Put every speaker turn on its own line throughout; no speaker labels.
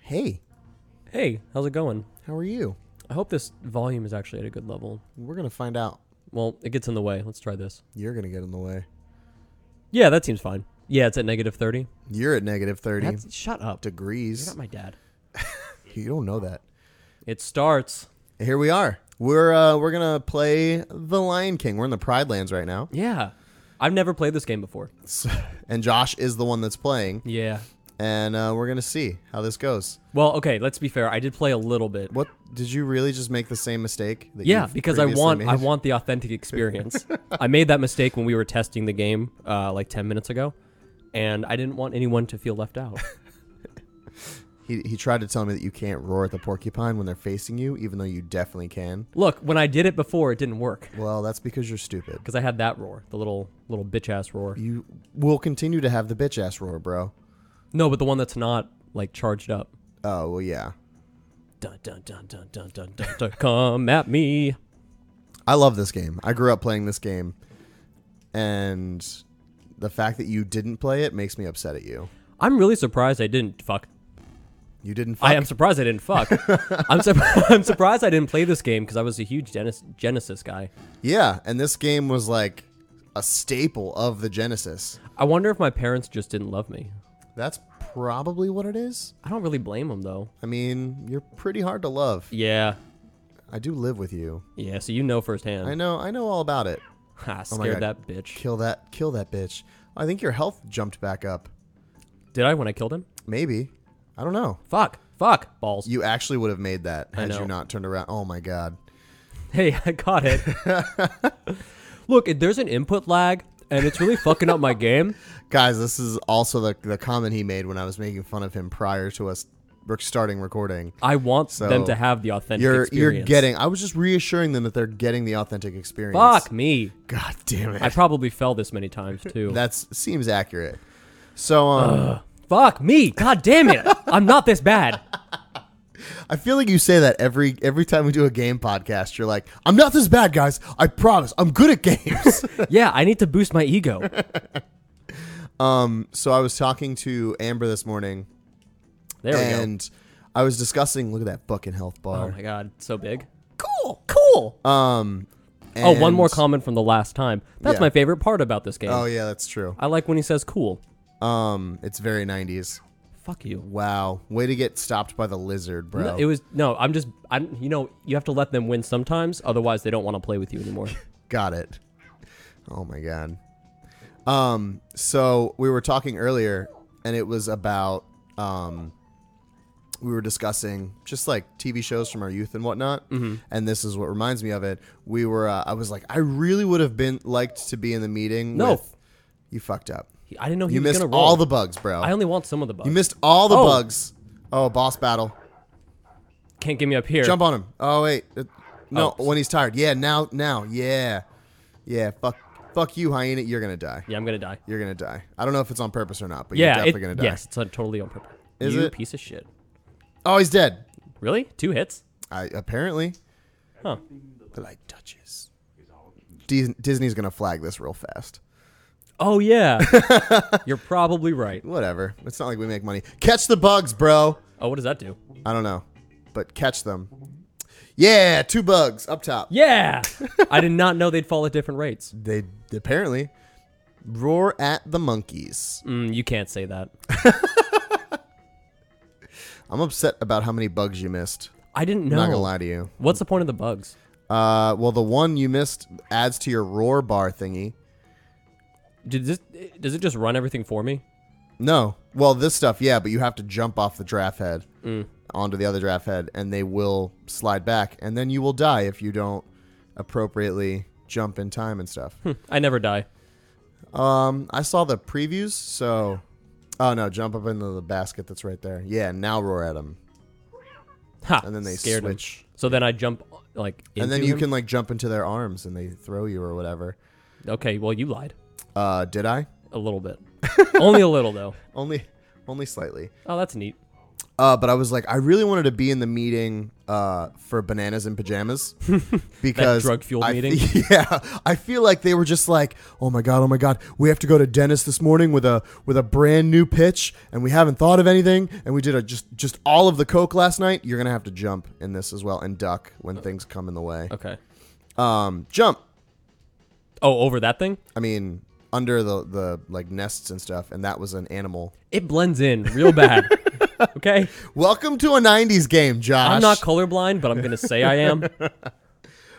Hey,
Hey, how's it going?
how are you?
I hope this volume is actually at a good level.
We're going to find out.
Well, it gets in the way. Let's try this.
You're going to get in the way.
Yeah, that seems fine. Yeah, it's at negative 30.
You're at negative 30
That's- shut up. You're
degrees.
not my dad.
you don't know that.
It starts.
Here we are. We're uh, we're going to play The Lion King. We're in the Pride Lands right now.
Yeah. I've never played this game before.
And Josh is the one that's playing.
Yeah.
And uh, we're going to see how this goes.
Well, okay, let's be fair. I did play a little bit.
What did you really just make the same mistake? That
Yeah,
you've
because I
previously
want
made?
I want the authentic experience. I made that mistake when we were testing the game uh, like 10 minutes ago, and I didn't want anyone to feel left out.
He, he tried to tell me that you can't roar at the porcupine when they're facing you, even though you definitely can.
Look, when I did it before, it didn't work
Well, that's because you're stupid.
because I had that roar, the little little bitch ass roar.
You will continue to have the bitch ass roar, bro.
No, but the one that's not like charged up.
Oh well, yeah.
Dun dun dun dun dun dun dun. dun come at me.
I love this game. I grew up playing this game, and the fact that you didn't play it makes me upset at you.
I'm really surprised I didn't fuck.
You didn't. Fuck.
I am surprised I didn't fuck. I'm sur- I'm surprised I didn't play this game because I was a huge Genes- Genesis guy.
Yeah, and this game was like a staple of the Genesis.
I wonder if my parents just didn't love me.
That's probably what it is.
I don't really blame them though.
I mean, you're pretty hard to love.
Yeah,
I do live with you.
yeah. So you know firsthand.
I know. I know all about it.
Ha,
my
scared
God.
that bitch.
Kill that. Kill that bitch. I think your health jumped back up.
Did I when I killed him?
Maybe. I don't know.
Fuck. Fuck. Balls.
You actually would have made that had
know.
you not turned around. Oh my god.
Hey, I got it. Look, it- there's an input lag, and it's really fucking up my game.
Guys, this is also the the comment he made when I was making fun of him prior to us rec- starting recording.
I want them
So,
to have the authentic
You're
experience.
you're getting. I was just reassuring them that they're getting the authentic experience.
Fuck me.
God damn
I
it.
probably fell this many times too.
That seems accurate. So um,
Fuck me. God damn it. I'm not this bad.
I feel like you say that every every time we do a game podcast. You're like, I'm not this bad, guys. I promise. I'm good at games.
Yeah, I need to boost my ego.
so I was talking to Amber this morning,
There we go.
and I was discussing. Look at that fucking health
Oh
bar.
my god, so big. Cool. Cool. oh, one more
And-
comment from the last time. That's
Yeah.
my favorite part about this game.
Oh yeah, that's true.
I like when he says cool.
Um, it's very '90s.
Fuck you.
Wow, way to get stopped by the lizard, bro.
No, it was no, I'm just I'm you know, you have to let them win sometimes, otherwise they don't want to play with you anymore.
Got it. Oh my god. Um, so we were talking earlier, and it was about um, we were discussing just like TV shows from our youth and whatnot.
Mm-hmm.
And this is what reminds me of it. We were. Uh, I was like, I really would have been liked to be in the meeting.
No.
with- you fucked up.
He- I didn't know he
You
was
missed
gonna roll.
all the bugs, bro.
I only want some of the bugs.
you missed all the
Oh.
bugs. Oh, boss battle.
Can't get me up here.
Jump on him. Oh wait, Uh, no.
Oh.
When he's tired. Yeah. Now. Now. Yeah. Yeah. Fuck. Fuck you, hyena. You're gonna die.
Yeah, I'm gonna die.
You're gonna die. I don't know if it's on purpose or not, but
Yeah,
you're
it-
definitely gonna die.
yes, it's uh, totally on purpose.
Is
you
it?
piece of shit.
Oh, he's dead.
Really? Two hits?
I apparently.
Huh.
But like touches. Dis- Disney's gonna flag this real fast.
Oh yeah. You're probably right.
Whatever. It's not like we make money. Catch the bugs, bro.
Oh, what does that do?
I don't know, but catch them. Yeah, two bugs up top.
Yeah. I did not know they'd fall at different rates.
They apparently roar at the monkeys.
Mm, you can't say that.
I'm upset about how many bugs you missed.
I didn't know.
I'm not gonna lie to you.
What's the point of the bugs?
Uh, well, the one you missed adds to your roar bar thingy.
Did this, does it just run everything for me?
No, well, this stuff, yeah, but you have to jump off the giraffe head
Mm.
onto the other giraffe head, and they will slide back, and then you will die if you don't appropriately jump in time and stuff.
Hmm, I never die.
um, I saw the previews, so oh no, jump up into the basket that's right there. Yeah, now roar at them,
Ha.
and then they
scared him.
switch,
So then I jump like into
and then you
him?
can like jump into their arms, and they throw you or whatever.
Okay, well you lied
Uh, did I?
a little bit. Only a little though.
Only, only slightly.
Oh, that's neat.
Uh, but I was like, I really wanted to be in the meeting uh, for bananas and pajamas because
drug-fueled
I-
meeting?
Yeah, I feel like they were just like, oh my god, oh my god, we have to go to Dennis this morning with a with a brand new pitch, and we haven't thought of anything, and we did a, just just all of the coke last night. You're gonna have to jump in this as well and duck
Uh,
when things come in the way.
Okay.
Um, jump.
Oh, over that thing?
I mean, under the the like nests and stuff, and that was an animal.
It blends in real bad. okay?
Welcome to a '90s game, Josh.
I'm not colorblind, but I'm going to say I am.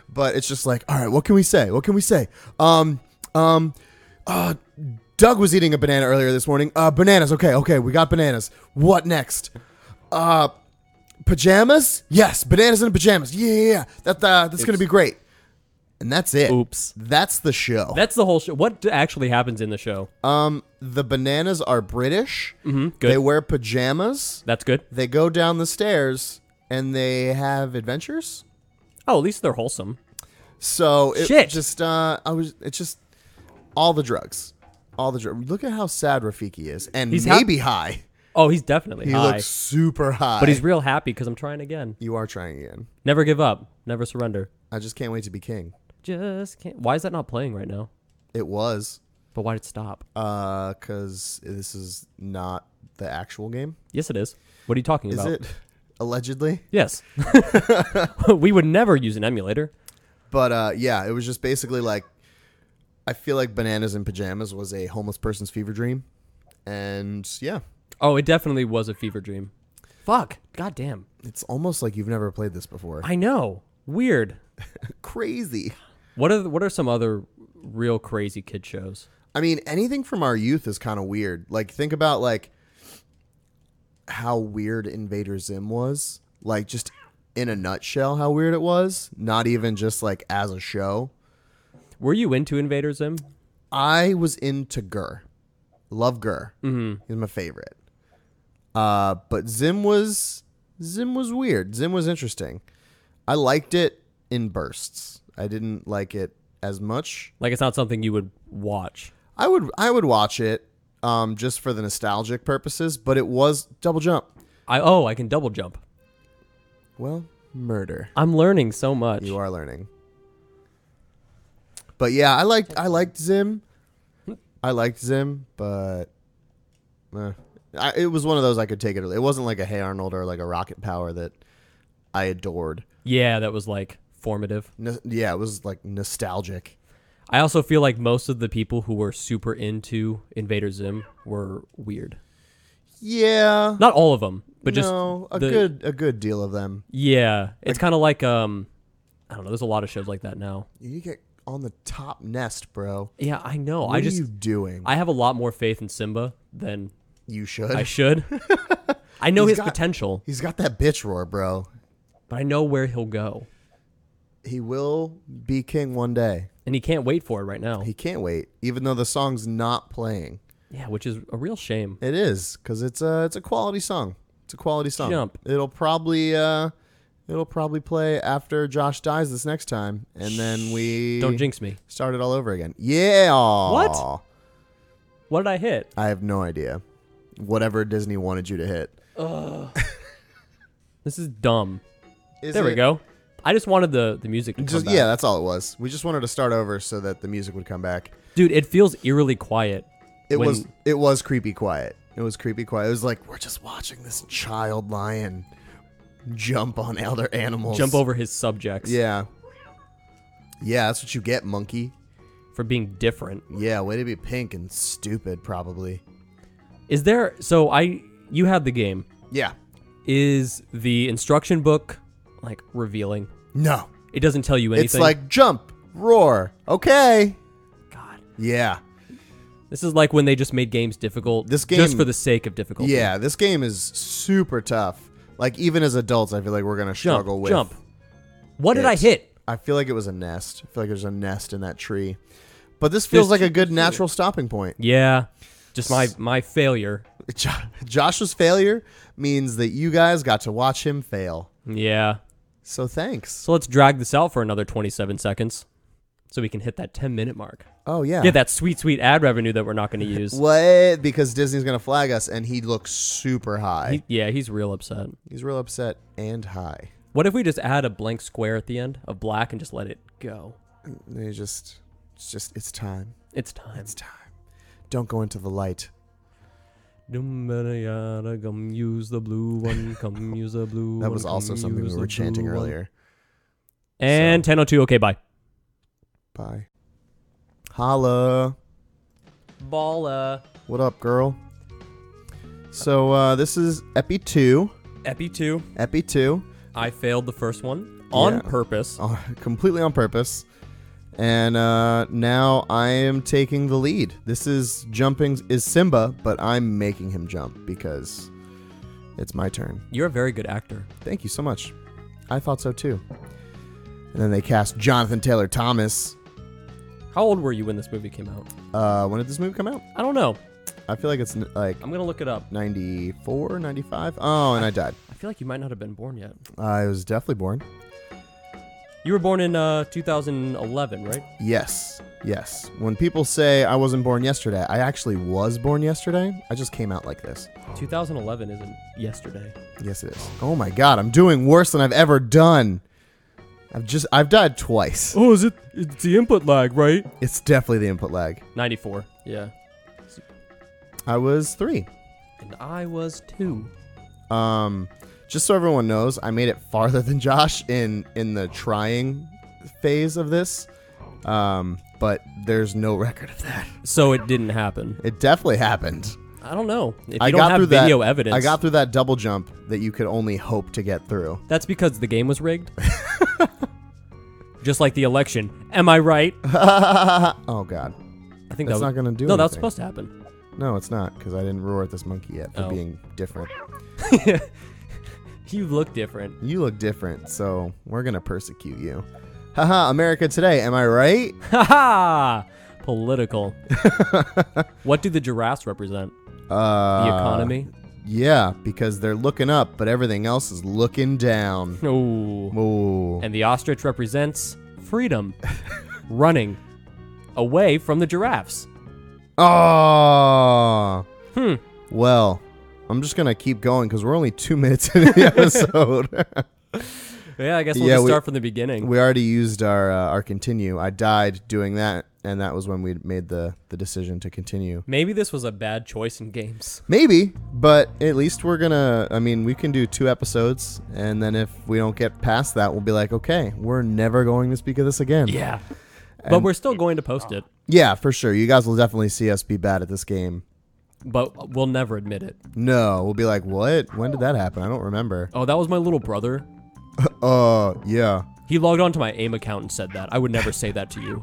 but it's just like, all right, what can we say? What can we say? Um, um, uh, Doug was eating a banana earlier this morning. Uh, bananas. Okay, okay, we got bananas. What next? Uh, pajamas. Yes, bananas and pajamas. Yeah, yeah, yeah. That uh, that's gonna be great. And that's it.
Oops.
That's the show.
That's the whole show. What d- actually happens in the show?
um, the bananas are British. Mm-hmm,
good.
They wear pajamas.
That's good.
They go down the stairs and they have adventures.
Oh, at least they're wholesome.
So it
Shit.
just uh I was it's just all the drugs. All the drugs. Look at how sad Rafiki is and
He's hap-
maybe high.
Oh, he's definitely
He
high.
looks super high.
but he's real happy because I'm trying again.
you are trying again.
Never give up. Never surrender.
I just can't wait to be king.
Just can't. Why is that not playing right now?
It was
But why did it stop?
uh cuz this is not the actual game.
Yes, it is. What are you talking
Is
about?
it? Allegedly.
Yes. we would never use an emulator.
But uh yeah, it was just basically like I feel like bananas and pajamas was a homeless person's fever dream. And yeah,
Oh, it definitely was a fever dream. Fuck. God damn.
it's almost like you've never played this before.
I know. Weird.
Crazy.
What are what are some other real crazy kid shows?
I mean, anything from our youth is kind of weird. Like, think about like how weird Invader Zim was. Like, just in a nutshell, how weird it was. Not even just like as a show.
Were you into Invader Zim?
I was into Gur. Love Gur. Mm-hmm. He's my favorite. Uh, but Zim was Zim was weird. Zim was interesting. I liked it in bursts. I didn't like it as much
Like it's not something you would watch.
I would I would watch it um, just for the nostalgic purposes, but it was double jump.
I oh, I can double jump.
Well, murder.
I'm learning so much.
You are learning. But yeah, I liked I liked Zim. I liked Zim, but eh. I, it was one of those I could take it. or- It wasn't like a Hey Arnold or like a Rocket Power that I adored.
Yeah, that was like formative.
No- yeah, it was like nostalgic.
I also feel like most of the people who were super into Invader Zim were weird.
Yeah,
Not all of them, but just
no, a
the-
good a good deal of them.
Yeah, it's kind of like um, I don't know. There's a lot of shows like that now.
You get on the top nest, bro.
Yeah, I know.
What
I
are
just
you doing?
I have a lot more faith in Simba than
You should.
I should. I know
He's
his
got-
potential,
He's got that bitch roar, bro.
but I know where he'll go,
He will be king one day.
and he can't wait for it right now.
He can't wait, even though the song's not playing.
yeah, which is a real shame.
It is because it's a it's a quality song. It's a quality song.
Jump.
It'll probably uh, it'll probably play after Josh dies this next time, and then we
Don't jinx me.
start it all over again. Yeah.
What? What did I hit?
I have no idea. Whatever Disney wanted you to hit.
This is dumb.
Is
there we
it-
go. I just wanted the the music to come
Just
back.
yeah, that's all it was. We just wanted to start over so that the music would come back.
dude, it feels eerily quiet.
It
when-
was it was creepy quiet. It was creepy quiet. It was like we're just watching this child lion jump on other animals.
jump over his subjects
Yeah. Yeah, that's what you get, monkey.
for being different.
Yeah, way to be pink and stupid, probably.
Is there so I you had the game.
Yeah.
Is the instruction book like revealing?
No.
It doesn't tell you anything.
It's like jump, roar. Okay.
God.
Yeah.
This is like when they just made games difficult
This
just
game-
for the sake of difficulty.
Yeah, this game is super tough. Like even as adults, I feel like we're gonna
Jump,
struggle with
jump. What did I
it.
hit?
I feel like it was a nest. I feel like there's a nest in that tree. But this feels
There's
like a
two-
good natural stopping point.
Yeah. Just my my failure.
Jo- Josh's failure means that you guys got to watch him fail.
Yeah.
So thanks.
So let's drag this out for another 27 seconds. so we can hit that 10 minute mark.
Oh yeah.
Get that sweet, sweet ad revenue that we're not going to use.
What? Because Disney's gonna flag us, and he looks super high.
He- yeah, he's real upset.
He's real upset and high.
What if we just add a blank square at the end of black and just let it go?
And he just, it's just, it's time.
It's time.
It's time. Don't go into the light.
Dum-ba-da-yada, Come use the blue one. Come use the blue
That
one,
was also
come
something
use
we
the
were chanting
blue one.
earlier.
And 10:02. Okay, bye.
Bye. Holla.
Balla.
What up, girl? So uh, this is Epi two.
Epi two.
Epi two.
I failed the first one on
Yeah.
purpose.
uh, completely on purpose. And uh, now I am taking the lead. This is jumping is Simba, but I'm making him jump because it's my turn.
You're a very good actor.
Thank you so much. I thought so too. And then they cast Jonathan Taylor Thomas.
How old were you when this movie came out?
Uh, when did this movie come out?
I don't know.
I feel like it's n- like
I'm gonna look it up.
94, 95. Oh, and I died.
I feel like you might not have been born yet.
I was definitely born.
You were born in uh, 2011, right?
Yes. Yes. When people say I wasn't born yesterday, I actually was born yesterday. I just came out like this.
2011 isn't yesterday.
Yes, it is. Oh my god, I'm doing worse than I've ever done. I've just I've died twice.
Oh, is it? It's the input lag, right?
It's definitely the input lag.
94. Yeah.
I was three.
And I was two.
Um, just so everyone knows, I made it farther than Josh in in the trying phase of this. Um, but there's no record of that.
So it didn't happen.
It definitely happened.
I don't know. If you
I
don't
got
have
through
video
that,
evidence,
I got through that double jump that you could only hope to get through.
that's because the game was rigged. Just like the election. Am I right?
oh god.
I think
That's
that
not
was
gonna do
No, that was
anything.
supposed to happen.
No, it's not, because I didn't roar at this monkey yet for
Oh.
being different.
You look different.
You look different, so we're gonna persecute you. Haha, America today, am I right?
Ha ha! Political. what do the giraffes represent? The
Uh,
economy?
Yeah, because they're looking up, but everything else is looking down.
Ooh.
Ooh.
And the ostrich represents freedom, running away from the giraffes.
Oh.
Hmm.
Well, I'm just gonna keep going because we're only two minutes into the episode.
Yeah, I guess we'll
Yeah,
just
we-
start from the beginning.
we already used our uh, our continue. I died doing that, and that was when we made the the decision to continue.
Maybe this was a bad choice in games.
Maybe, but at least we're gonna. I mean, we can do two episodes, and then if we don't get past that, we'll be like, okay, we're never going to speak of this again.
Yeah. But we're still going to post it,
Yeah, for sure. You guys will definitely see us be bad at this game.
but we'll never admit it.
No, we'll be like, what? When did that happen? I don't remember.
Oh, that was my little brother.
Uh, yeah.
He logged onto my AIM account and said that. I would never say that to you.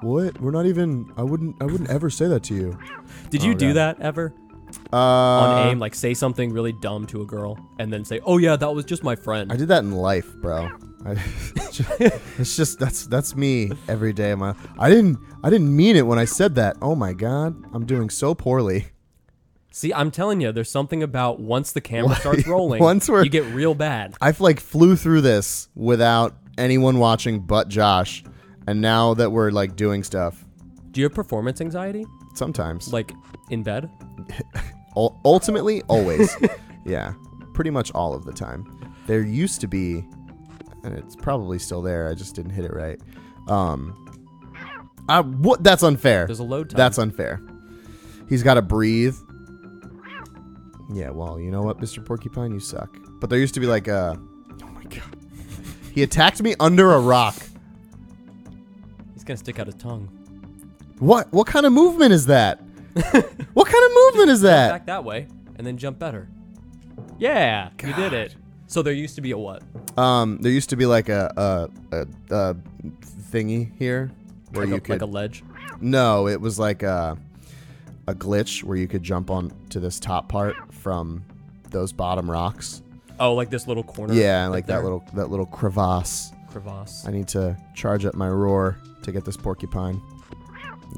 What? We're not even. I wouldn't. I wouldn't ever say that to you.
Did you
Oh,
do
God.
that ever?
Uh,
on aim, like say something really dumb to a girl, and then say, "Oh yeah, that was just my friend."
I did that in life, bro. I, it's just- it's just that's that's me every day. of My I didn't I didn't mean it when I said that. Oh my god, I'm doing so poorly.
See, I'm telling you, there's something about once the camera starts rolling,
Once we're-
you get real bad.
I've like flew through this without anyone watching but Josh, and now that we're like doing stuff,
Do you have performance anxiety,
sometimes,
like in bed?
ul- ultimately, always, yeah, pretty much all of the time. There used to be, and it's probably still there. I just didn't hit it right. Um, I what? That's unfair.
There's a load time.
That's unfair. He's got to breathe. Yeah, well, you know what, Mr. Porcupine, you suck. But there used to be like a. Oh my god. He attacked me under a rock.
He's gonna stick out his tongue.
What? What kind of movement is that? what kind of movement is that?
Back that way, and then jump better. Yeah, you did it. So there used to be a what?
Um, there used to be like a a, a, a thingy here where
Like,
you
a,
could.
like a ledge.
no, it was like a a glitch where you could jump on to this top part from those bottom rocks.
Oh, like this little corner.
Yeah,
up
like
there?
that little that little crevasse.
crevasse.
I need to charge up my roar to get this porcupine.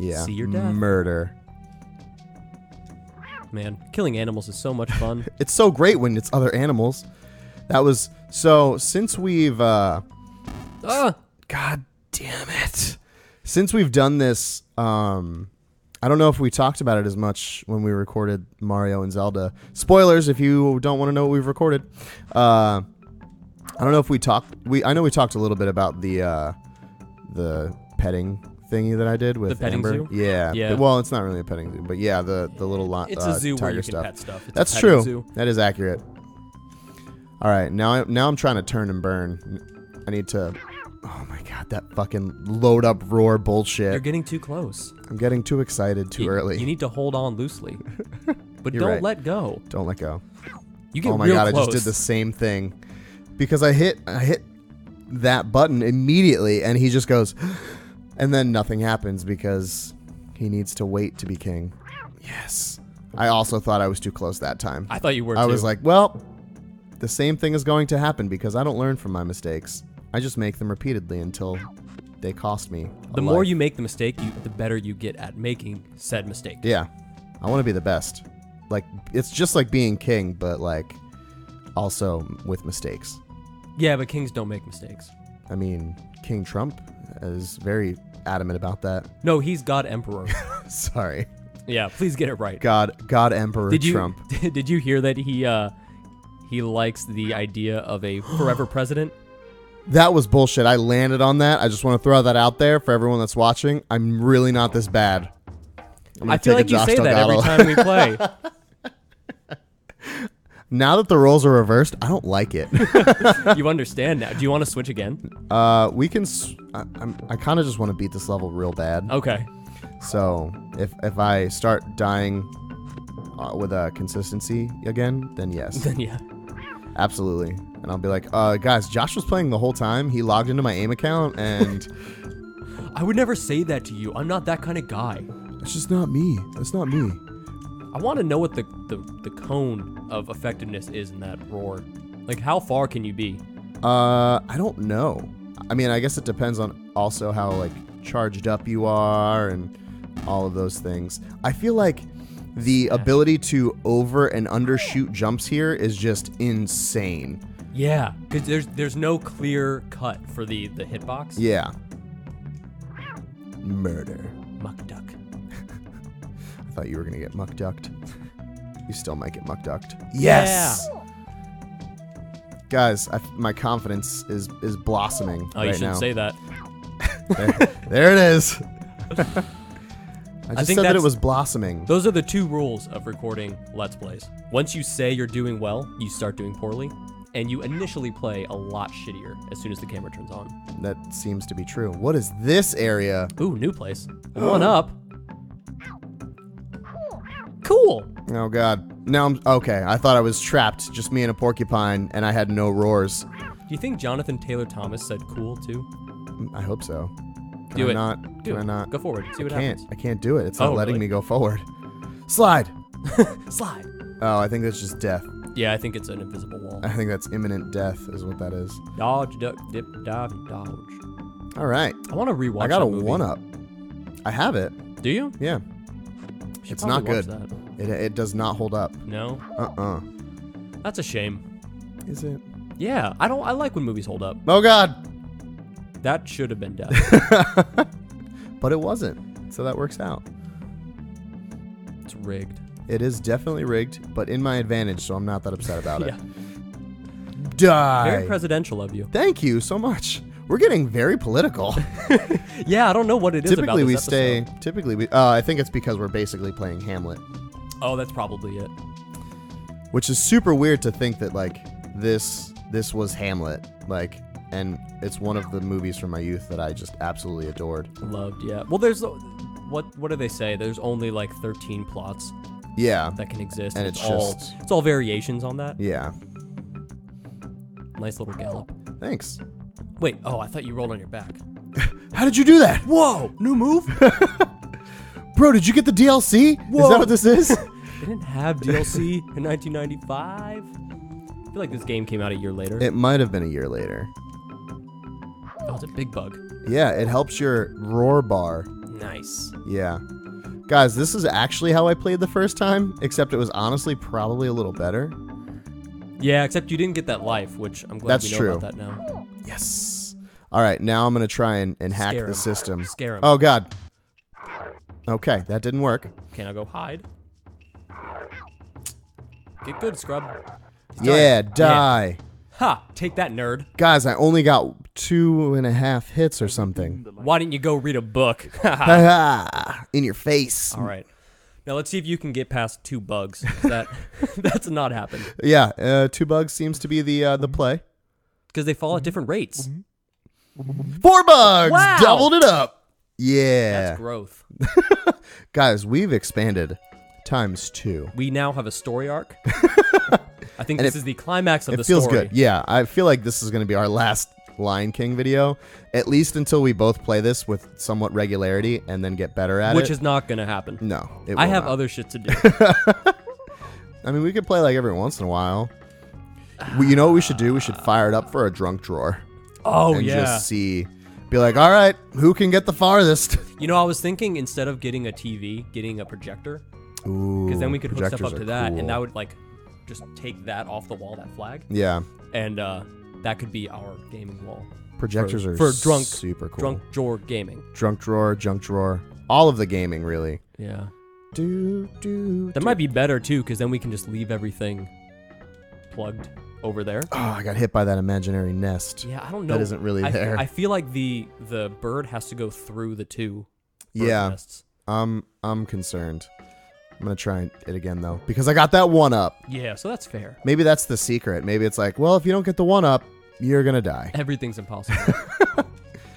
Yeah.
See your death.
Murder.
Man, killing animals is so much fun.
It's so great when it's other animals. That was so since we've uh
ah,
god damn it. Since we've done this, um, I don't know if we talked about it as much when we recorded Mario and Zelda. Spoilers if you don't want to know what we've recorded. Uh, I don't know if we talked. We I know we talked a little bit about the uh, the petting thingy that I did with
The petting
Amber.
zoo?
Yeah.
Yeah.
Well, it's not really a petting zoo, but yeah, the the little lot.
It's
uh,
a zoo
tiger
where you
stuff.
can pet stuff. It's a
That's
petting
true.
zoo.
That is accurate. All right, now I, now I'm trying to turn and burn. I need to. Oh my god, that fucking load up roar
You're
bullshit.
getting too close.
I'm getting too excited too
You-
early.
You need to hold on loosely, but
You're
don't
right.
let go.
Don't let go.
You get
Oh my
real
god, I
close.
just did the same thing because I hit I hit that button immediately, and he just goes, and then nothing happens because he needs to wait to be king. Yes. I also thought I was too close that time.
I thought you were.
I
too.
was like, well, the same thing is going to happen because I don't learn from my mistakes. I just make them repeatedly until they cost me. a
the more
life."
you make the mistake, you, the better you get at making said mistake.
Yeah. I want to be the best. Like, it's just like being king, but like also with mistakes.
Yeah, but kings don't make mistakes.
I mean, King Trump is very adamant about that.
No, he's God Emperor.
Sorry.
yeah, please get it right.
God, God Emperor
did you
Trump.
did you hear that he uh he likes the idea of a forever president?
That was bullshit. I landed on that. I just want to throw that out there for everyone that's watching. I'm really not this bad. I'm gonna
I feel
take a
like you
Josh
say that every
Delgado.
time we play.
Now that the roles are reversed, I don't like it.
you understand now. Do you want to switch again?
uh, we can. s- I, am I kind of just want to beat this level real bad.
Okay.
So if if I start dying uh, with a consistency again, then yes,
Then yeah.
absolutely. And I'll be like, uh, guys, Josh was playing the whole time. He logged into my aim account, and
I would never say that to you. I'm not that kind of guy.
it's just not me. That's not me.
I want to know what the, the the cone of effectiveness is in that roar. Like how far can you be?
Uh, I don't know. I mean, I guess it depends on also how like charged up you are and all of those things. I feel like the ability to over and
Oh,
undershoot jumps here is just insane.
Yeah, because there's there's no clear cut for the the hitbox.
Yeah. Murder.
Muck duck.
I thought you were gonna get muck ducked. You still might get muck ducked. Guys, I, my confidence is is blossoming
Oh,
right
you shouldn't
now.
say that.
There it is. I just
think
said that it
that's-
was blossoming.
Those are the two rules of recording Let's Plays. Once you say you're doing well, you start doing poorly, and you initially play a lot shittier as soon as the camera turns on.
That seems to be true. What is this area?
Ooh, new place. One up. Cool.
Oh god. Now I'm okay. I thought I was trapped, just me and a porcupine, and I had no roars.
Do you think Jonathan Taylor Thomas said cool too?
I hope so. Can
Do
I
it.
not?
Do
Can
it.
I not?
Go forward. See what
can't.
happens.
I can't do it. It's not
Oh,
letting
really?
me go forward. Slide.
Slide.
Oh, I think that's just death.
Yeah, I think it's an invisible wall.
I think that's imminent death is what that is.
Dodge, duck, dip, dive, and dodge.
All right.
I want to rewatch.
I got
that
a
movie.
one up. I have it.
Do you?
Yeah.
Should
It's not
probably
good.
watch that.
It, it does not hold up.
No,
Uh-uh.
that's a shame.
Is it?
Yeah, I don't. I like when movies hold up.
Oh god.
That should have been death.
But it wasn't. So that works out.
it's rigged.
It is definitely rigged, but in my advantage, so I'm not that upset about it.
Yeah, very
Die.
presidential of you.
Thank you so much. We're getting very political.
Yeah, I don't know what it is. about
typically
this
we
episode.
stay typically we uh, I think it's because we're basically playing Hamlet,
Oh, that's probably it.
which is super weird to think that like this this was Hamlet, like and it's one of the movies from my youth that I just absolutely adored.
Loved. Yeah. Well, there's uh, what? What do they say? There's only like 13 plots
Yeah.
that can exist,
And
it's,
it's
all
just-
it's all variations on that.
Yeah.
Nice little gallop.
Thanks.
Wait. Oh, I thought you rolled on your back.
How did you do that?
Whoa! New move.
Bro, did you get the DLC? Is
Whoa.
that what this is?
They didn't have DLC in 1995. I feel like this game came out a year later.
it might have been a year later.
oh, it's a big bug.
Yeah, it helps your roar bar.
Nice.
Yeah. Guys, this is actually how I played the first time, except it was honestly probably a little better.
Yeah, except you didn't get that life, which I'm glad
That's
we know
true.
about that now.
Yes. All right, now I'm gonna try and, and hack
Scare
the
him.
system.
Scare him.
Oh god. Okay, that didn't work.
Can I go hide? Get good, scrub.
Yeah,
dying.
die.
Ha! Take that, nerd.
Guys, I only got two and a half hits or something.
Why didn't you go read a book?
Ha-ha, In your face.
All right. Now let's see if you can get past two bugs. That that's not happened
Yeah, uh, two bugs seems to be the uh, the play.
because they fall at different rates.
Mm-hmm. Four bugs.
Wow.
Doubled it up. Yeah.
That's growth.
Guys, we've expanded times two.
We now have a story arc. I think
And
this
it-
is the climax of
It
the
feels
story.
good. Yeah, I feel like this is going to be our last Lion King video, at least until we both play this with somewhat regularity and then get better at
Which
it.
is not gonna happen.
no, it
I
will
have
not.
other shit to do.
I mean, we could play like every once in a while. We, you know what we should do? We should fire it up for a drunk drawer
Oh
and
yeah.
just see, be like, all right, who can get the farthest?
You know, I was thinking instead of getting a TV, getting a projector,
Ooh,
because then we could hook stuff
projectors
up
are
to that,
cool.
and that would like just take that off the wall, that flag,
yeah,
and uh, that could be our gaming wall.
projectors are
for drunk-
super cool.
Drunk Jor Gaming.
drunk drawer, junk drawer, all of the gaming really.
Yeah.
Do do.
That
do.
might be better too, because then we can just leave everything plugged over there.
Oh, I got hit by that imaginary nest.
Yeah, I don't know.
That isn't really
I, fe-
there.
I feel like the the bird has to go through the two. Bird
Yeah.
Nests.
I'm I'm concerned. I'm gonna try it again though because I got that one up.
Yeah. So that's fair.
Maybe that's the secret. Maybe it's like, well, if you don't get the one up, you're gonna die.
Everything's impossible.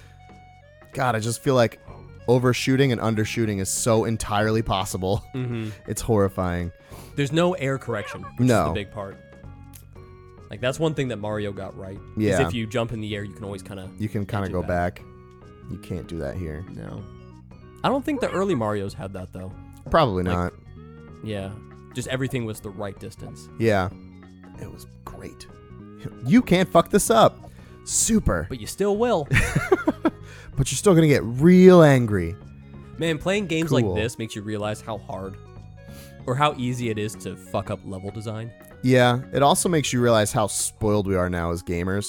God, I just feel like overshooting and undershooting is so entirely possible.
hmm
It's horrifying.
There's no air correction. Which Is
No.
the big part. Like that's one thing that Mario got right. is
Yeah.
If you jump in the air, you can always kind of.
You can kind of
do
go
that.
back. You can't do that here.
No. I don't think the early Mario's had that though.
Probably not.
Yeah. Just everything was the right distance.
Yeah. It was great. You can't fuck this up. Super.
But you still will.
But you're still going to get real angry.
Man, playing games
Cool.
like this makes you realize how hard or how easy it is to fuck up level design.
Yeah. It also makes you realize how spoiled we are now as gamers.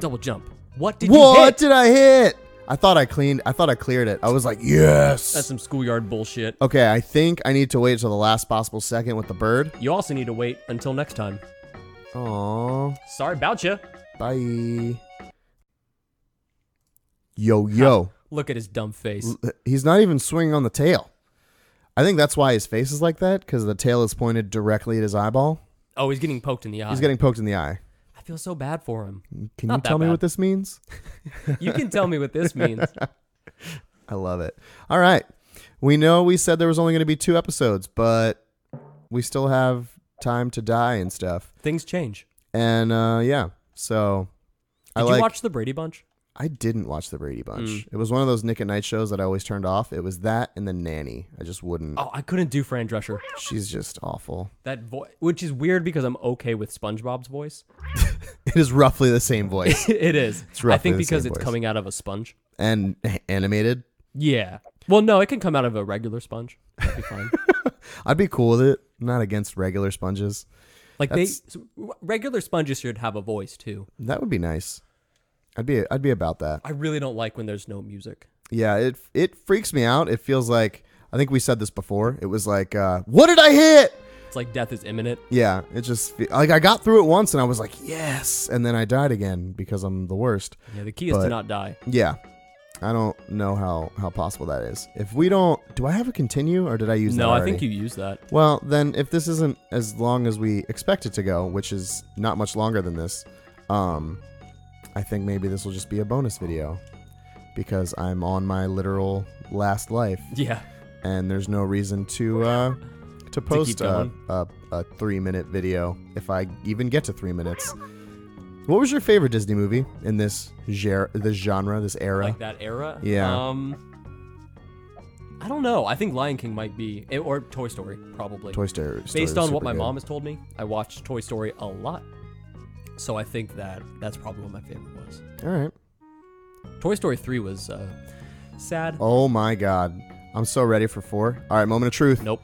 Double jump. What did you
what
hit?
did I hit? I thought I cleaned. I thought I cleared it. I was like, yes.
That's some schoolyard bullshit.
okay, I think I need to wait till the last possible second with the bird.
You also need to wait until next time.
Aww.
Sorry about you.
Bye. Yo, yo.
Look at his dumb face.
He's not even swinging on the tail. I think that's why his face is like that, because the tail is pointed directly at his eyeball.
Oh, he's getting poked in the eye.
He's getting poked in the eye.
I feel so bad for him.
Can
Not
you
that
tell me
bad.
what this means?
You can tell me what this means.
I love it. All right. We know we said there was only going to be two episodes, but we still have time to die and stuff.
Things change.
And uh, yeah, so I
Did you
like.
watch Mm. the Brady Bunch?
I didn't watch the Brady Bunch. It was one of those Nick at Night shows that I always turned off. It was that and the Nanny. I just wouldn't.
Oh, I couldn't do Fran Drescher.
She's just awful.
That voice, which is weird because I'm okay with SpongeBob's voice.
It is roughly the same voice
it is.
roughly
I think
the same
because it's
voice.
coming out of a sponge.
and animated.
Yeah. Well, no, it can come out of a regular sponge. That'd be fine.
I'd be cool with it. I'm not against regular sponges.
Like
That's-
they so, regular sponges should have a voice too.
That would be nice. I'd be I'd be about that.
I really don't like when there's no music.
Yeah, it it freaks me out. It feels like I think we said this before. It was like, uh, what did I hit?
It's like death is imminent.
Yeah, it just fe- like I got through it once and I was like, yes, and then I died again because I'm the worst.
Yeah, the key is
But-
to not die.
Yeah. I don't know how how possible that is. If we don't, do I have a continue or did I use that
No, I think
already?
you use that.
Well, then if this isn't as long as we expect it to go, which is not much longer than this, um I think maybe this will just be a bonus video because I'm on my literal last life
Yeah.
and there's no reason to uh, to post a,
going.
a, a three minute video if I even get to three minutes. What was your favorite Disney movie in this ger- this genre, this era?
Like that era.
Yeah.
Um I don't know. I think Lion King might be it- or Toy Story probably.
Toy Story. Story
Based
was
on what
super
my
good.
mom has told me, I watched Toy Story a lot. So I think that that's probably what my favorite was.
All right.
Toy Story 3 was uh, sad.
Oh my God, I'm so ready for four. All right, moment of truth.
Nope.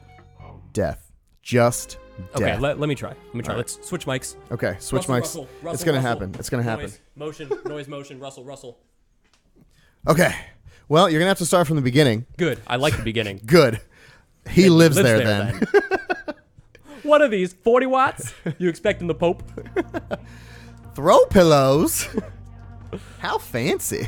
Death. Just death.
Okay, let, let me try. Let me try.
All right.
Let's switch mics.
Okay, Switch
Russell,
mics.
Russell, Russell,
it's gonna
Russell.
happen. It's gonna happen.
Noise, motion, noise, motion, Russell, Russell.
Okay. Well, you're gonna have to start from the beginning.
Good. I like the beginning.
Good. He lives, there, then.
One of these, 40 watts? You expecting the Pope?
Throw pillows. How fancy.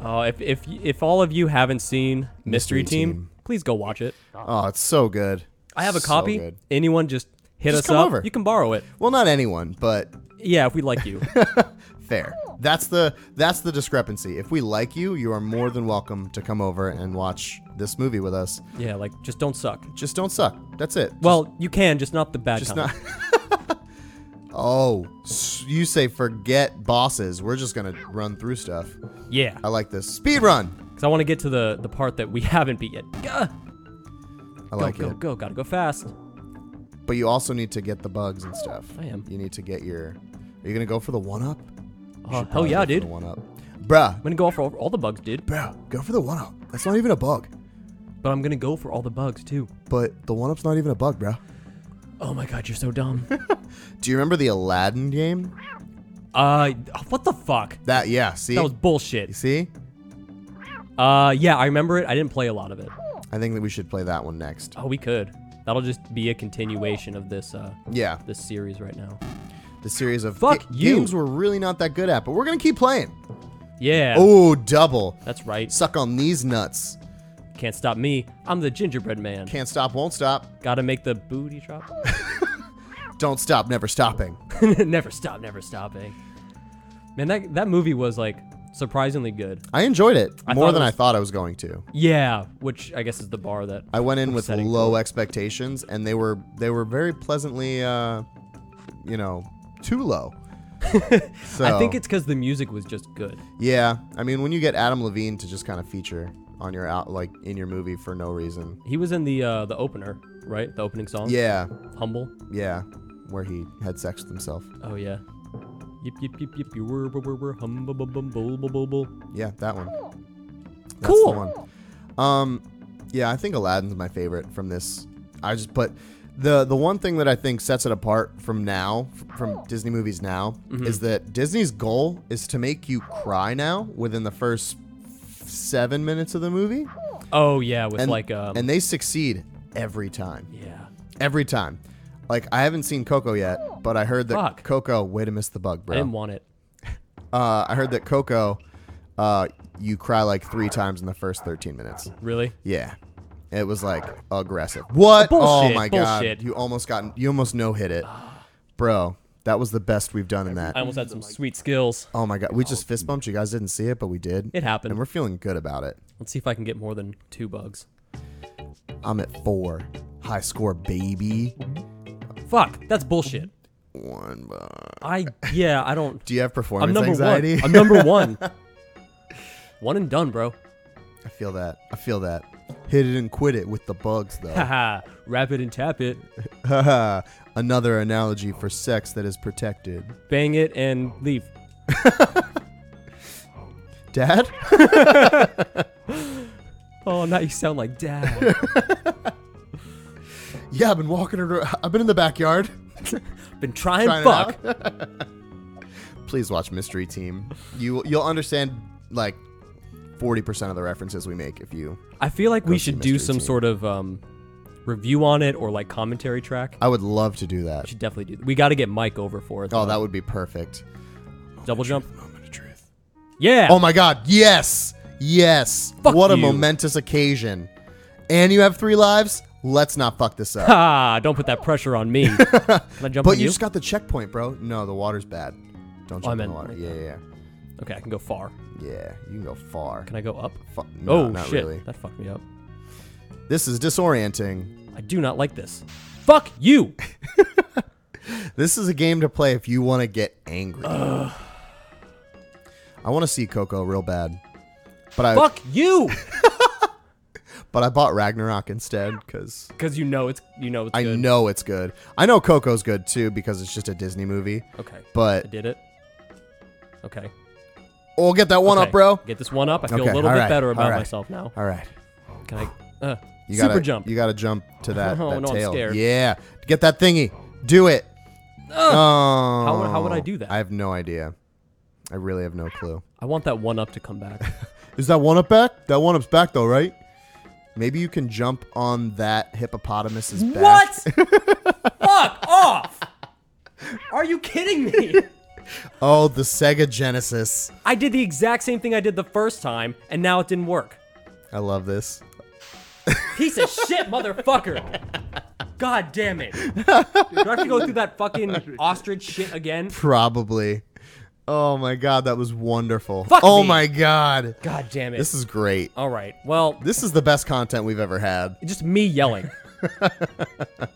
Oh, if, if, if all of you haven't seen Mystery,
Mystery
Team,
Team.
please go watch it.
Oh, it's so good.
I have a
So
copy.
good.
Anyone just hit
Just
us
come
up.
over.
You can borrow it.
Well, not anyone, but
Yeah, if we like you.
fair. That's the that's the discrepancy. If we like you, you are more than welcome to come over and watch this movie with us.
yeah, like just don't suck.
Just don't suck. That's it.
Well, you can, just not the bad
just
kind.
not. oh, s- you say forget bosses. We're just gonna run through stuff.
yeah,
I like this speed run.
because I want to get to the the part that we haven't beat yet. Gah!
I
Go
like
go
it.
go! Gotta go fast.
But you also need to get the bugs and stuff.
I am.
You need to get your. Are you gonna go for the one up?
Oh hell yeah, dude! I'm
One up, bruh.
gonna go for all, all the bugs, dude.
Bruh, go for the one up. That's not even a bug.
But I'm gonna go for all the bugs too.
But the one up's not even a bug, bruh.
Oh my god, you're so dumb.
Do you remember the Aladdin game?
uh, what the fuck?
That yeah. See.
That was bullshit.
you see.
Uh, yeah, I remember it. I didn't play a lot of it.
I think that we should play that one next.
Oh, we could. That'll just be a continuation of this uh
Yeah.
this series right now.
The series of
Fuck you.
games we're really not that good at, but we're gonna keep playing.
Yeah.
Oh, double.
That's right.
Suck on these nuts.
Can't stop me. I'm the gingerbread man.
Can't stop, won't stop.
Gotta make the booty drop.
Don't stop, never stopping.
never stop, never stopping. Man, that that movie was like surprisingly good.
I enjoyed it
I
more
thought it
than I
was-
thought I was going to.
Yeah, which I guess is the bar that
I went in with
Upsetting
low expectations, and they were they were very pleasantly, uh, you know, too low. so,
I think it's because the music was just good.
yeah. I mean, when you get Adam Levine to just kind of feature on your out like in your movie for no reason.
He was in the uh, the opener, right? The opening song.
Yeah,
Humble.
yeah, where he had sex with himself.
Oh yeah. Yip yip yip yip. You were were were were humble bum bum bul bul bul bul.
Yeah, that one. That's the
Cool.
one. Um, yeah, I think Aladdin's my favorite from this. I just but the the one thing that I think sets it apart from now f- from Disney movies now
Mm-hmm.
is that Disney's goal is to make you cry now within the first seven minutes of the movie,
Oh yeah, with
and
like um.
and they succeed every time.
yeah.
Every time. Like I haven't seen Coco yet, but I heard that
Fuck.
Coco way to miss the bug, bro
I didn't want it.
uh, I heard that Coco, uh, you cry like three times in the first 13 minutes.
Really?
Yeah, it was like aggressive. What?
Bullshit,
oh my
bullshit.
god! You almost got you almost no hit it, bro. That was the best we've done in
I
that.
almost had some sweet skills.
Oh my god, we just fist bumped. You guys didn't see it, but we did,
It
and
happened.
we're feeling good about it.
Let's see if I can get more than two bugs.
I'm at four, high score, baby.
Fuck, that's bullshit.
One. bar.
I yeah, I don't.
Do you have performance
I'm number
anxiety?
one. I'm number one. one and done, bro.
I feel that. I feel that. Hit it and quit it with the bugs, though.
Haha. Wrap it and tap it.
Haha, Another analogy for sex that is protected.
Bang it and leave.
Dad?
Oh, now you sound like dad.
yeah, I've been walking around. I've been in the backyard.
Been trying,
trying it
fuck.
out. Please watch Mystery Team. You you'll understand like 40% of the references we make if you
I feel like we
see
should do
Mystery
some
Team.
sort of um, review on it or like commentary track.
I would love to do that.
should definitely do. We got to get Mike over for it.
Oh,
though.
that would be perfect.
double jump.
Moment of truth.
Yeah.
Oh my god, yes. Yes.
Fuck
what a
you.
momentous occasion. And you have 3 lives? Let's not fuck this up.
Ha! Don't put that pressure on me. Can I jump
but
on
you
you? Oh,
just got the checkpoint, bro. No, the water's bad. Don't jump
I
in the
meant-
water. Yeah, yeah,
okay, I can go far.
yeah. Yeah, You can go far.
Can I go up?
Fu- no,
oh
not
shit,
really.
that fucked me up.
This is disorienting.
I do not like this. Fuck you.
This is a game to play if you want to get angry. I want to see Coco real bad, but I
Fuck you.
but I bought Ragnarok instead because
Because you know it's you know it's
I
good.
know it's good. I know Coco's good too because it's just a Disney movie.
Okay, I
But
did it. Okay.
oh, we'll get that one
okay.
up, bro.
Get this one up. I feel
Okay,
a little
all
bit
right,
better
all
about
right.
myself now.
All right,
Can I? Uh,
you
super
gotta
jump.
You gotta jump to that,
Oh,
that
no, I'm
tail.
scared.
Yeah, get that thingy. Do it. Oh,
How would- how would I do that?
I have no idea. I really have no clue.
I want that one up to come back.
Is that one up back? That one up's back though, right? Maybe you can jump on that hippopotamus's back.
What? Fuck off! Are you kidding me?
Oh, the Sega Genesis.
I did the exact same thing I did the first time, and now it didn't work.
I love this.
Piece of shit, motherfucker! God damn it! Do I have to go through that fucking ostrich shit again?
Probably. Oh my god, that was wonderful.
Fuck
oh
me.
my god.
God damn it!
This is great.
All right. Well,
This is the best content we've ever had.
just me yelling.
It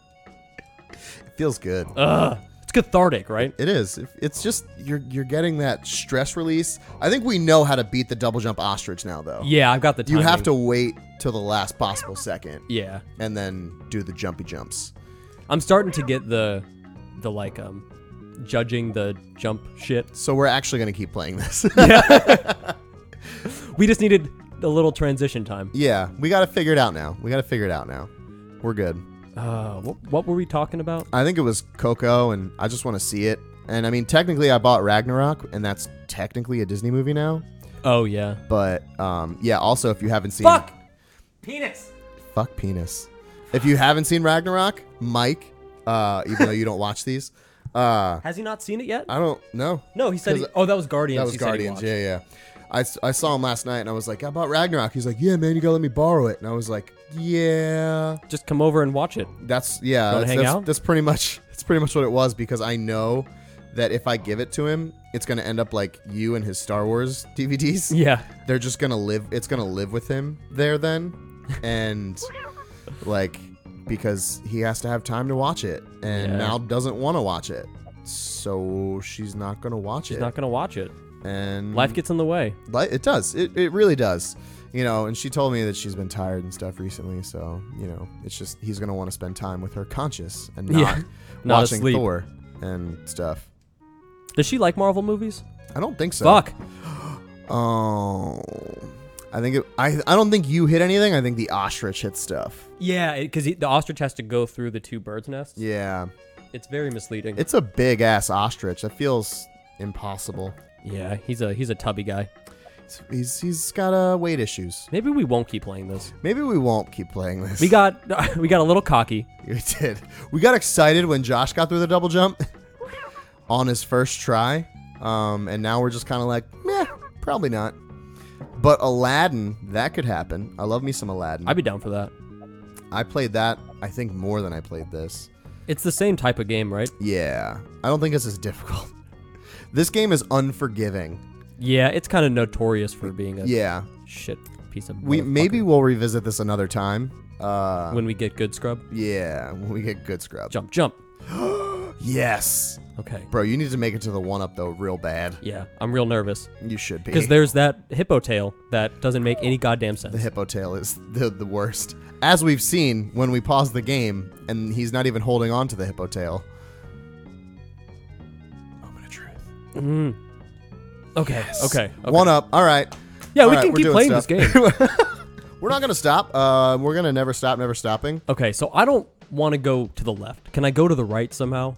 feels good.
Ugh. It's cathartic, right?
It is. It- It's just you're you're getting that stress release. I think we know how to beat the double jump ostrich now though.
Yeah, I've got the
You
timing.
have to wait till the last possible second
Yeah.
and then do the jumpy jumps.
I'm starting to get the the like um judging the jump shit.
So we're actually going to keep playing this.
We just needed a little transition time.
yeah, we got to figure it out now. We got to figure it out now. We're good.
Uh, what, what were we talking about?
I think it was Coco, and I just want to see it. And I mean, technically, I bought Ragnarok, and that's technically a Disney movie now.
Oh yeah.
But um, yeah, also if you haven't seen
Fuck. Penis.
fuck penis, if you haven't seen Ragnarok, Mike, uh, even though you don't watch these, uh,
Has he not seen it yet?
I don't know.
No, he said. He,
'Cause
oh, that was Guardians.
That was
he said he
Guardians.
watched.
Yeah, yeah. I, s- I saw him last night, and I was like, I bought Ragnarok. He's like, Yeah, man, you gotta let me borrow it. And I was like, Yeah.
Just come over and watch it.
That's yeah.
Wanna
That's,
hang
that's,
out?
that's pretty much that's pretty much what it was because I know that if I give it to him, it's gonna end up like you and his Star Wars DVDs.
Yeah.
They're just gonna live. It's gonna live with him there then, and like because he has to have time to watch it, and
Yeah.
Mal doesn't want to watch it, so she's not gonna watch
He's
it.
not gonna watch it.
and
Life gets in the way.
Li- it does. It, it really does. You know, and she told me that she's been tired and stuff recently. So, you know, it's just he's going to want to spend time with her conscious and not
Yeah. Not
watching
asleep.
Thor and stuff.
Does she like Marvel movies?
I don't think so.
Fuck.
Oh. I think it, I I don't think you hit anything. I think the ostrich hit stuff.
Yeah, because the ostrich has to go through the two birds' nests.
Yeah.
It's very misleading.
It's a big ass ostrich. That feels impossible.
yeah, he's a he's a tubby guy.
He's- He's he's got uh, weight issues.
Maybe we won't keep playing this.
Maybe we won't keep playing this.
We got we got a little cocky.
You did. We got excited when Josh got through the double jump on his first try. Um, and now we're just kind of like, meh, probably not. But Aladdin, that could happen. I love me some Aladdin. I,
I'd be down for that.
played that, I think, more than I played this.
It's the same type of game, right?
Yeah. I don't think this is difficult. this game is unforgiving.
Yeah, it's kind of notorious for being a
Yeah.
shit piece of.
We
motherfucker.
maybe we'll revisit this another time. Uh,
when we get good scrub,
yeah, when we get good scrub.
jump, jump.
Yes.
Okay.
Bro, you need to make it to the one up though real bad.
Yeah, I'm real nervous
You should be.
because there's that hippo tail that doesn't make any goddamn
the
sense.
hippo tail is the, the worst. As we've seen when we pause the game and he's not even holding on to the hippo tail. Moment of truth.
Okay, okay, okay.
One up. All right.
yeah,
All
we
right,
can
we're
keep
doing
playing
stuff.
this game.
We're not going to stop. Uh, we're going to never stop, never stopping.
okay, so I don't want to go to the left. Can I go to the right somehow?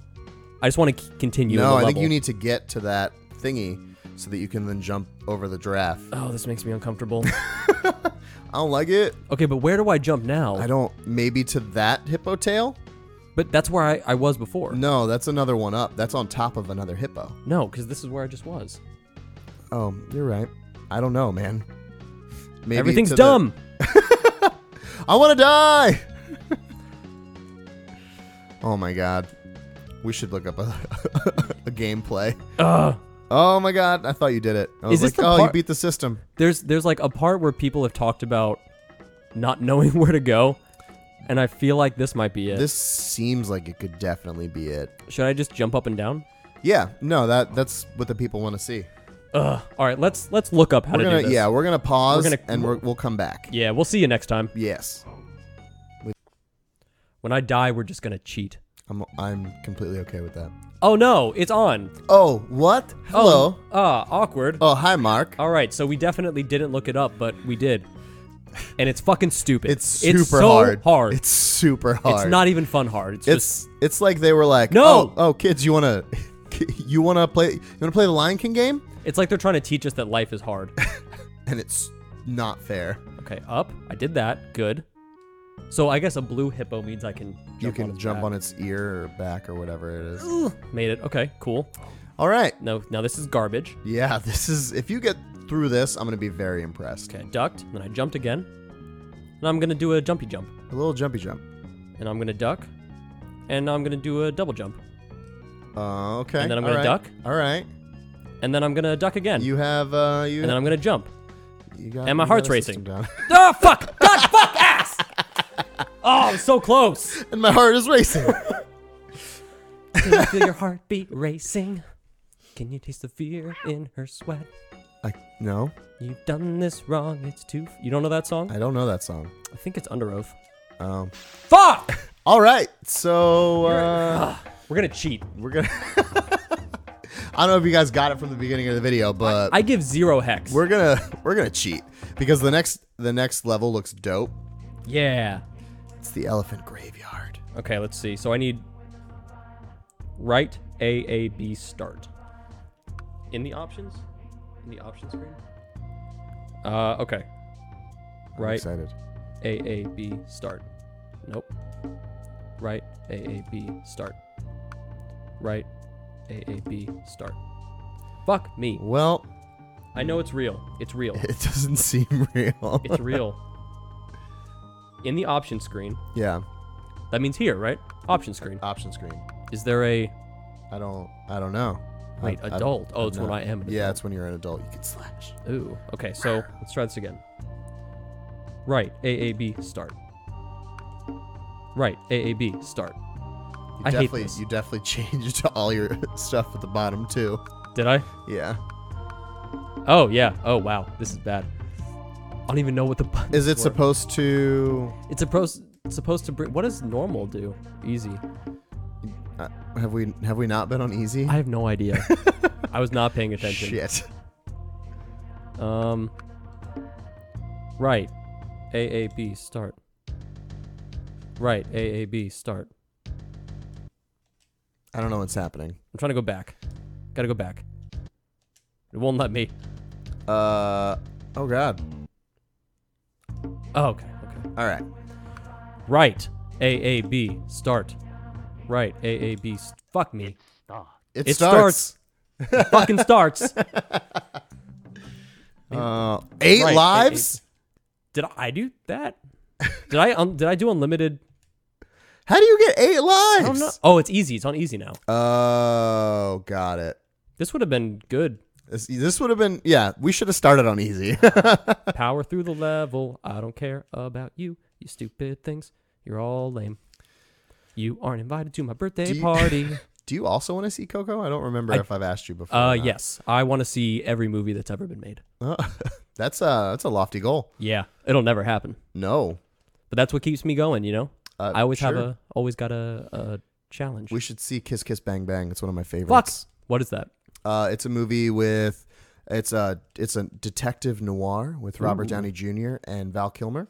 I just want to c- continue. in
no,
the
I think
level.
you need to get to that thingy so that you can then jump over the giraffe.
Oh, this makes me uncomfortable.
I don't like it.
okay, but where do I jump now?
I don't. Maybe to that hippo tail?
but that's where I, I was before.
No, that's another one up. That's on top of another hippo.
No, because this is where I just was.
Oh, you're right. I don't know, man. Maybe
Everything's
to the-
dumb.
I want to die. oh my god. We should look up a, a gameplay.
Ugh.
Oh my god, I thought you did it. I was
Is this
like,
the
"Oh, you
part-
beat the system."
there's there's like a part where people have talked about not knowing where to go, and I feel like this might be it.
This seems like it could definitely be it.
Should I just jump up and down?
Yeah, no, that that's what the people want to see.
Ugh. All right, let's let's look up how
We're
to
gonna
do this.
yeah, we're gonna pause
gonna-
and we're, we'll come back.
yeah. We'll see you next time.
Yes,
When I die, we're just gonna cheat.
I'm I'm completely okay with that.
Oh no, it's on.
Oh, what? Hello.
Oh, uh, awkward.
Oh, hi, Mark.
All right, so we definitely didn't look it up, but we did, and it's fucking stupid.
It's super
so hard.
It's super hard.
It's not even fun hard. It's,
It's
just
it's like they were like,
No!
oh, oh, kids, you wanna, you wanna play, you wanna play the Lion King game,
it's like they're trying to teach us that life is hard.
and it's not fair.
Okay, up. I did that. Good. So I guess a blue hippo means I can. Jump
you can
on its
jump
back.
on its ear or back or whatever it is.
Made it. Okay, cool.
All right.
No, now this is garbage.
Yeah, this is. If you get through this, I'm gonna be very impressed.
Okay, I ducked. Then I jumped again. And I'm gonna do a jumpy jump.
A little jumpy jump.
And I'm gonna duck. And I'm gonna do a double jump.
Uh, okay.
And then I'm
all
gonna
right,
duck.
All right.
And then I'm gonna duck again.
You have. Uh, you.
and then I'm gonna jump.
you got,
and my
you got
heart's
a system
racing.
down.
Oh fuck! God fuck ass! Oh, I'm so close.
and my heart is racing.
Can you feel your heartbeat racing? Can you taste the fear in her sweat?
I, no,
You've done this wrong. It's too. F- you don't know that song?
I don't know that song.
I think it's Under Oath.
Um.
Fuck!
All right. So uh,
We're gonna cheat.
we're gonna. I don't know if you guys got it from the beginning of the video, but
I give zero hex.
we're gonna we're gonna cheat because the next the next level looks dope.
yeah.
It's the elephant graveyard.
Okay, let's see. So I need right A A B start. In the options? In the options screen? Uh okay.
I'm
Right
excited.
A A B start. Nope. Right A A B start. Right A A B start. Fuck me.
Well,
I know it's real. It's real.
it doesn't seem real.
It's real. In the options screen.
yeah.
That means here, right? Option screen.
Option screen.
Is there a
I don't. I don't know.
Wait,
I- I-
adult. oh, it's
no.
when I am. An
Yeah, it's when you're an adult. You can slash.
adult. Ooh. Okay, so let's try this again. Right. AAB start. Right. AAB start.
You
I hate
definitely,
this.
You definitely changed to all your stuff at the bottom too.
Did I?
Yeah.
Oh yeah. Oh wow. This is bad. I don't even know what the button
Is it supposed to?
It's supposed supposed to bring. What does normal do? Easy.
Uh, have we have we not been on easy?
I have no idea. I was not paying attention.
Shit.
Um. Right. AAB start. Right. AAB start.
I don't know what's happening.
I'm trying to go back. Gotta go back. It won't let me.
Uh. Oh God.
Oh, okay, okay.
All right.
Right. AAB, start. Right. AAB, st- fuck me.
It,
It
starts.
Fucking starts.
Uh, eight
Right,
lives.
Did I do that? Did I un- did I do unlimited?
How do you get eight
I don't
lives?
know. Oh, it's easy. It's on easy now.
Oh, got it.
This would have been good.
This, this would have been yeah. We should have started on easy.
Power through the level. I don't care about you. You stupid things. You're all lame. You aren't invited to my birthday
Do you-
party.
do you also want to see Coco? I don't remember if I've asked you before. or
Uh,
not.
yes. I want to see every movie that's ever been made.
Uh, that's a that's a lofty goal.
Yeah, it'll never happen.
No,
but that's what keeps me going you know
Uh,
i always have
sure.
a always got a, a challenge
we should see Kiss Kiss Bang Bang. It's one of my
fuck
favorites.
what is that
Uh, it's a movie with it's a it's a detective noir with Robert Downey Jr. and Val Kilmer.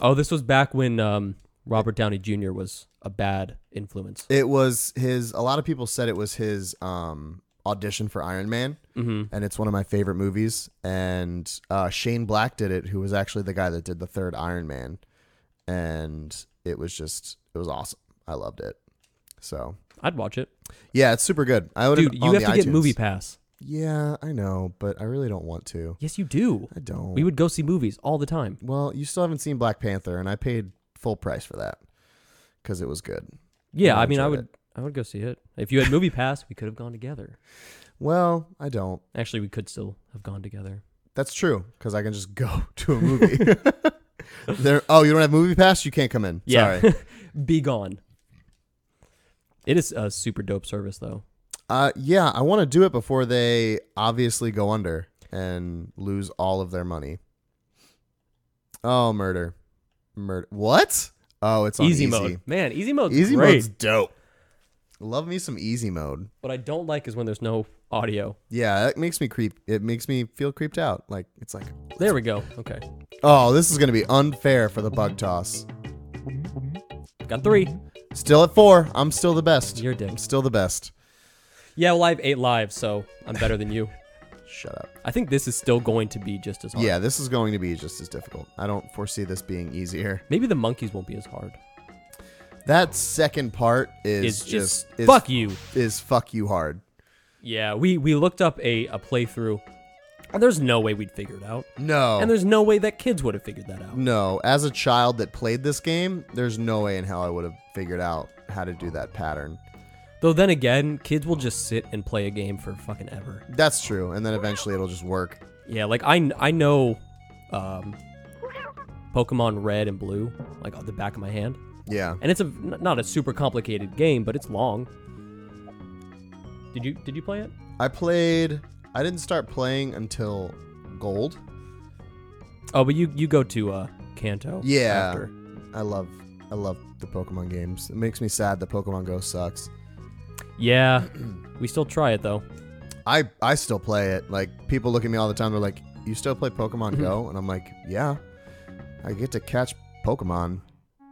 oh this was back when um robert downey jr was a bad influence
It was his. A lot of people said it was his um, audition for Iron Man, mm-hmm. and it's one of my favorite movies. And uh, Shane Black did it, who was actually the guy that did the third Iron Man, and it was just it was awesome. I loved it. So
i'd watch it
yeah, it's super good. I would
dude you
on
have
the
to get
iTunes.
movie pass
Yeah, I know, but I really don't want to.
yes you do
I don't.
we would go see movies all the time
well, you still haven't seen Black Panther, and I paid full price for that because it was good.
yeah
I
i mean i
enjoyed
would i would go see it if you had movie pass we could have gone together
Well, I don't.
actually we could still have gone together
That's true because I can just go to a movie. there. Oh, you don't have movie pass. You can't come in.
yeah
Sorry.
be gone it is a super dope service though
Uh, yeah, I want to do it before they obviously go under and lose all of their money. Oh, murder, murder. What? Oh, it's on
easy,
easy,
mode man easy mode
Easy
great.
mode's dope. Love me some easy mode.
what i don't like is when there's no audio
Yeah, that makes me creep. It makes me feel creeped out. Like it's like,
There we go. Okay.
oh, this is gonna be unfair for the bug toss.
Got three.
Still at four. I'm still the best.
You're a dick.
I'm still the best.
Yeah, well, I have eight lives, so I'm better than you.
Shut up.
I think this is still going to be just as hard.
Yeah, this is going to be just as difficult. I don't foresee this being easier.
Maybe the monkeys won't be as hard.
That second part is
It's just
is,
fuck you.
is fuck you hard.
Yeah, we we looked up a a playthrough, and there's no way we'd figure it out,
No.
and there's no way that kids would have figured that out.
no, as a child that played this game, there's no way in hell I would have figured out how to do that pattern.
Though then again, kids will just sit and play a game for fucking ever.
That's true, and then eventually it'll just work.
Yeah, like I I know, um, Pokemon Red and Blue like on the back of my hand,
Yeah.
and it's a n- not a super complicated game, but it's long. Did you did you play it?
I played I didn't start playing until gold.
Oh, but you you go to uh Kanto.
Yeah.
After.
I love I love the Pokemon games. It makes me sad that Pokemon Go sucks.
Yeah. we still try it though.
I I still play it. Like people look at me all the time. They're like, "You still play Pokemon Go?" And I'm like, "Yeah, I get to catch Pokemon.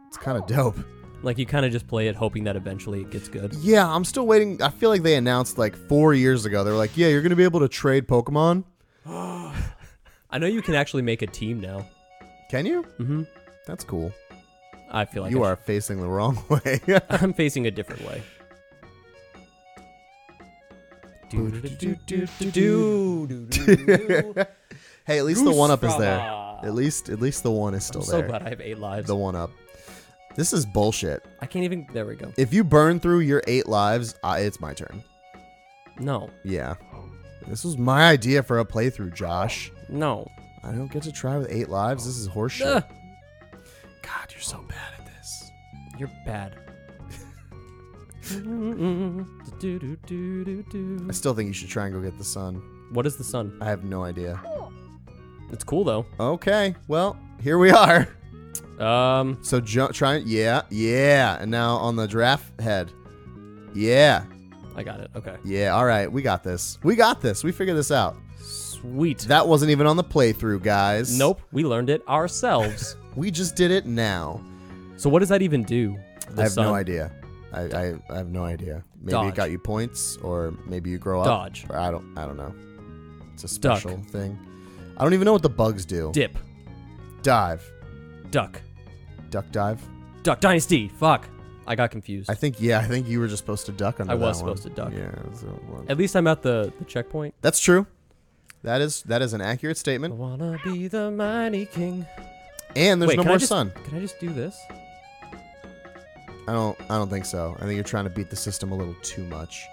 It's kind of dope."
Like you kind of just play it, hoping that eventually it gets good.
Yeah, I'm still waiting. I feel like they announced like four years ago. They're like, "Yeah, you're gonna be able to trade Pokemon."
I know you can actually make a team now.
Can you?
Mm-hmm.
That's cool.
I feel like
you
I
are facing the wrong way.
should- I'm facing a different way.
hey, at least the one up is there.
Goosebumps.
At least, at least the one is still
I'm so
there.
glad I have eight lives.
The one up. This is bullshit.
I can't even. There we go.
If you burn through your eight lives, I, it's my turn.
No,
Yeah. This was my idea for a playthrough, Josh.
no.
I don't get to try with eight lives. This is horseshit.
Ugh,
God, you're so bad at this.
you're bad.
I still think you should try and go get the sun.
what is the sun?
I have no idea.
It's cool though.
Okay, well, here we are.
Um,
So jump, try, yeah, yeah. And now on the giraffe head. Yeah,
I got it. Okay.
yeah, all right, we got this. We got this. We figured this out.
Sweet.
That wasn't even on the playthrough, guys.
nope. We learned it ourselves.
We just did it now.
so what does that even do? The
I have no
sun?
idea. I, I, I have no idea. Maybe
Dodge.
it got you points, or maybe you grow
Dodge.
up. Or I don't. I don't know. It's a
Duck.
special thing. I don't even know what the bugs do.
Dip.
dive,
Duck.
duck dive.
Duck Dynasty. Fuck. I got confused.
I think yeah. I think you were just supposed to duck under.
I was
that one.
supposed to duck.
Yeah. that's the one.
At least I'm at the, the checkpoint.
That's true. That is that is an accurate
I
statement.
wanna be the mighty king.
And there's
Wait,
no
can I
more
just-
sun.
Can I just do this?
I don't. I don't think so. I think you're trying to beat the system a little too much.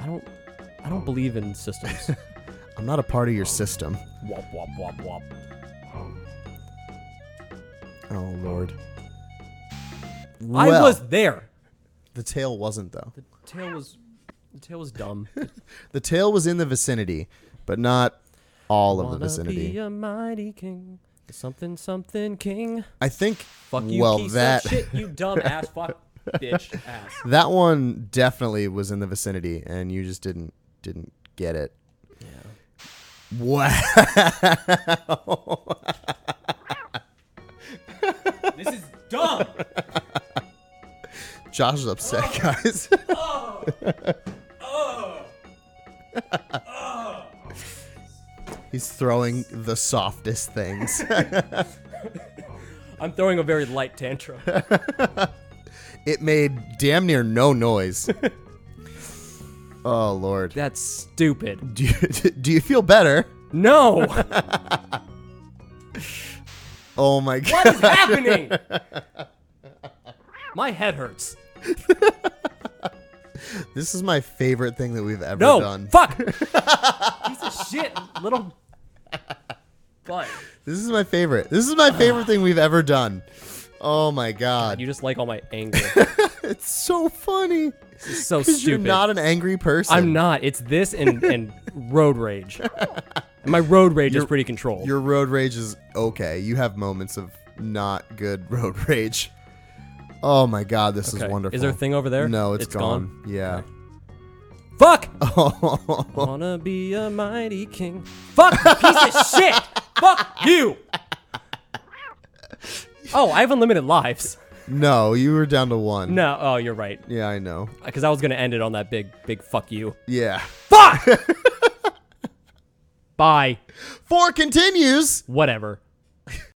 I don't. I don't believe in systems.
I'm not a part of your system.
wop wop wop wop.
Oh lord.
I
Well,
was there.
The tail wasn't though.
The tail was. The tail was dumb.
The tail was in the vicinity, but not all of the
Wanna Be
vicinity.
a mighty king. Something something king.
I think.
Fuck you,
well,
piece
that
of shit. You dumb ass fuck bitch ass.
that one definitely was in the vicinity, and you just didn't didn't get it.
Yeah.
Wow.
This is dumb.
Josh is
Oh.
upset, guys.
Oh.
He's throwing the softest things.
I'm throwing a very light tantrum.
it made damn near no noise. Oh lord.
That's stupid.
Do you, do you feel better?
No.
Oh my god.
What is happening? My head hurts.
This is my favorite thing that we've ever
No.
done.
Fuck. Piece of shit. Little. But
This is my favorite. This is my favorite thing we've ever done. Oh my god.
you just like all my anger.
It's so funny.
It's so
Because
stupid.
you're not an angry person.
I'm not. It's this and and road rage. And my road rage is pretty controlled.
Your road rage is okay. You have moments of not good road rage. Oh my god, this
Okay.
is wonderful.
Is there a thing over there?
No, it's
It's
gone.
gone?
Yeah.
Fuck.
Oh,
Wanna be a mighty king. Fuck you piece of shit. Fuck you. Oh, I have unlimited lives.
no, you were down to one.
No. Oh, you're right.
Yeah, I know.
Because I was gonna end it on that big big fuck you.
Yeah.
Fuck.
Bye.
Four continues.
Whatever.